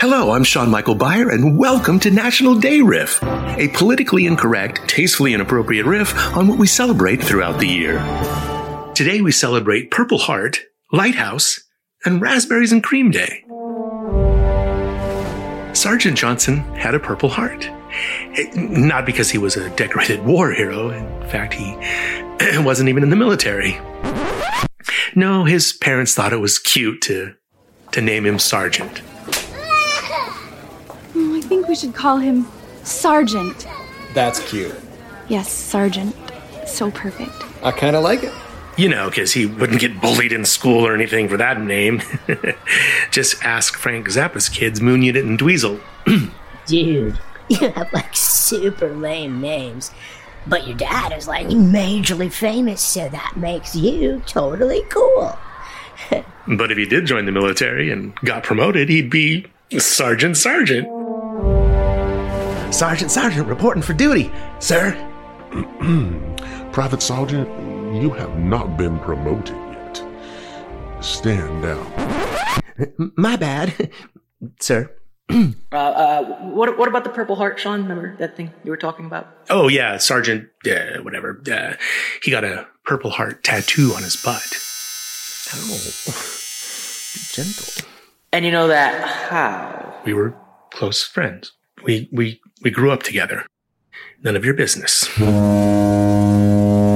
Hello, I'm Sean Michael Byer, and welcome to National Day Riff, a politically incorrect, tastefully inappropriate riff on what we celebrate throughout the year. Today we celebrate Purple Heart, Lighthouse, and Raspberries and Cream Day. Sergeant Johnson had a Purple Heart. It- not because he was a decorated war hero, in fact, he wasn't even in the military. No, his parents thought it was cute to, to name him Sergeant. Oh, I think we should call him Sergeant. That's cute. Yes, Sergeant. So perfect. I kind of like it. You know, because he wouldn't get bullied in school or anything for that name. Just ask Frank Zappa's kids, Moon Unit and Dweezil. Dude, you have like super lame names. But your dad is like majorly famous, so that makes you totally cool. But if he did join the military and got promoted, he'd be Sergeant Sergeant. Sergeant Sergeant reporting for duty, sir. Private Sergeant, you have not been promoted yet. Stand down. My bad, sir. Uh, uh, what what about the Purple Heart, Sean? Remember that thing you were talking about? Oh, yeah, Sergeant, uh, whatever. Uh, he got a Purple Heart tattoo on his butt. Oh, be gentle. And you know that how? We were close friends. We we we grew up together. None of your business.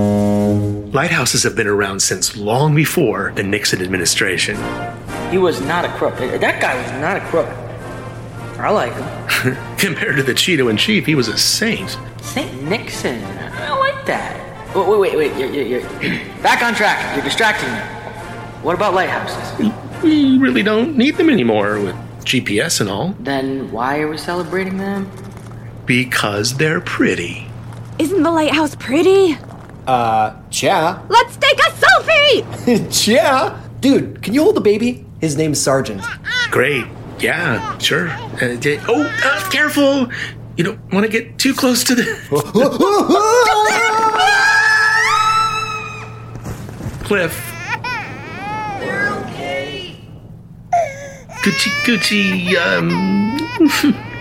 Lighthouses have been around since long before the Nixon administration. He was not a crook. That guy was not a crook. I like him. Compared to the Cheeto in chief, he was a saint. Saint Nixon. I like that. Wait, wait, wait, wait. You're, you're, you're back on track. You're distracting me. What about lighthouses? We really don't need them anymore with GPS and all Then why are we celebrating them? because they're pretty. Isn't the lighthouse pretty? Uh, yeah. Let's take a selfie! yeah. Dude, can you hold the baby? His name's Sergeant. Great. Yeah, sure. Uh, d- oh, uh, careful. You don't want to get too close to the cliff. Gucci Gucci, um,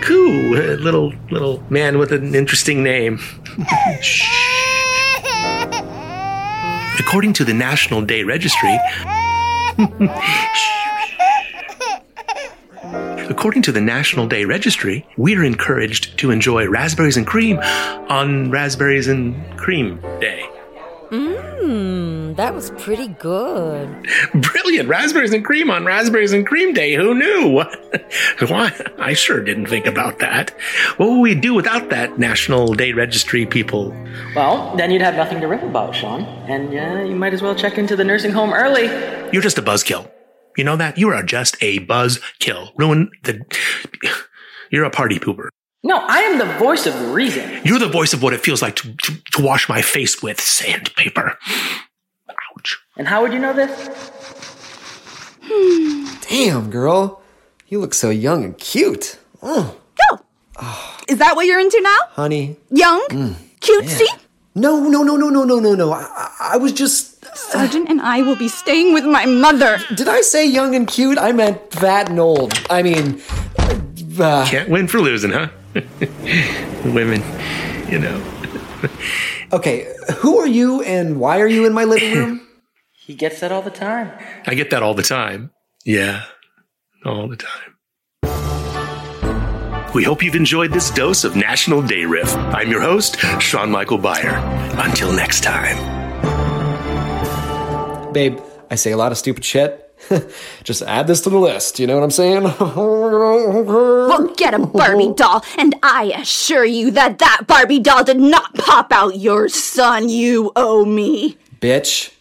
coo, a little little man with an interesting name. According to the National Day Registry, according to the National Day Registry, we are encouraged to enjoy raspberries and cream on Raspberries and Cream Day. Mm, that was pretty good. Brilliant! Raspberries and cream on Raspberries and Cream Day. Who knew? Why? I sure didn't think about that. What would we do without that National Day Registry people? Well, then you'd have nothing to rip about, Sean. And yeah, you might as well check into the nursing home early. You're just a buzzkill. You know that? You are just a buzzkill. Ruin the. You're a party pooper. No, I am the voice of the reason. You're the voice of what it feels like to, to, to wash my face with sandpaper. Ouch. And how would you know this? Damn, girl. You look so young and cute. Oh, Go! Is that what you're into now? honey. Mm. Young? cutesy? No, no, no, no, no, no, no, no. I, I- I was just. Sergeant and I will be staying with my mother. Did I say young and cute? I meant fat and old. I mean, uh, Can't win for losing, huh? Women, you know. okay. Who are you, and why are you in my living room? He gets that all the time. I get that all the time. Yeah, all the time. We hope you've enjoyed this dose of National Day Riff. I'm your host, Sean Michael Byer. Until next time. Babe, I say a lot of stupid shit. just add this to the list. You know what I'm saying? Well, get a Barbie doll, and I assure you that that Barbie doll did not pop out your son. You owe me. Bitch.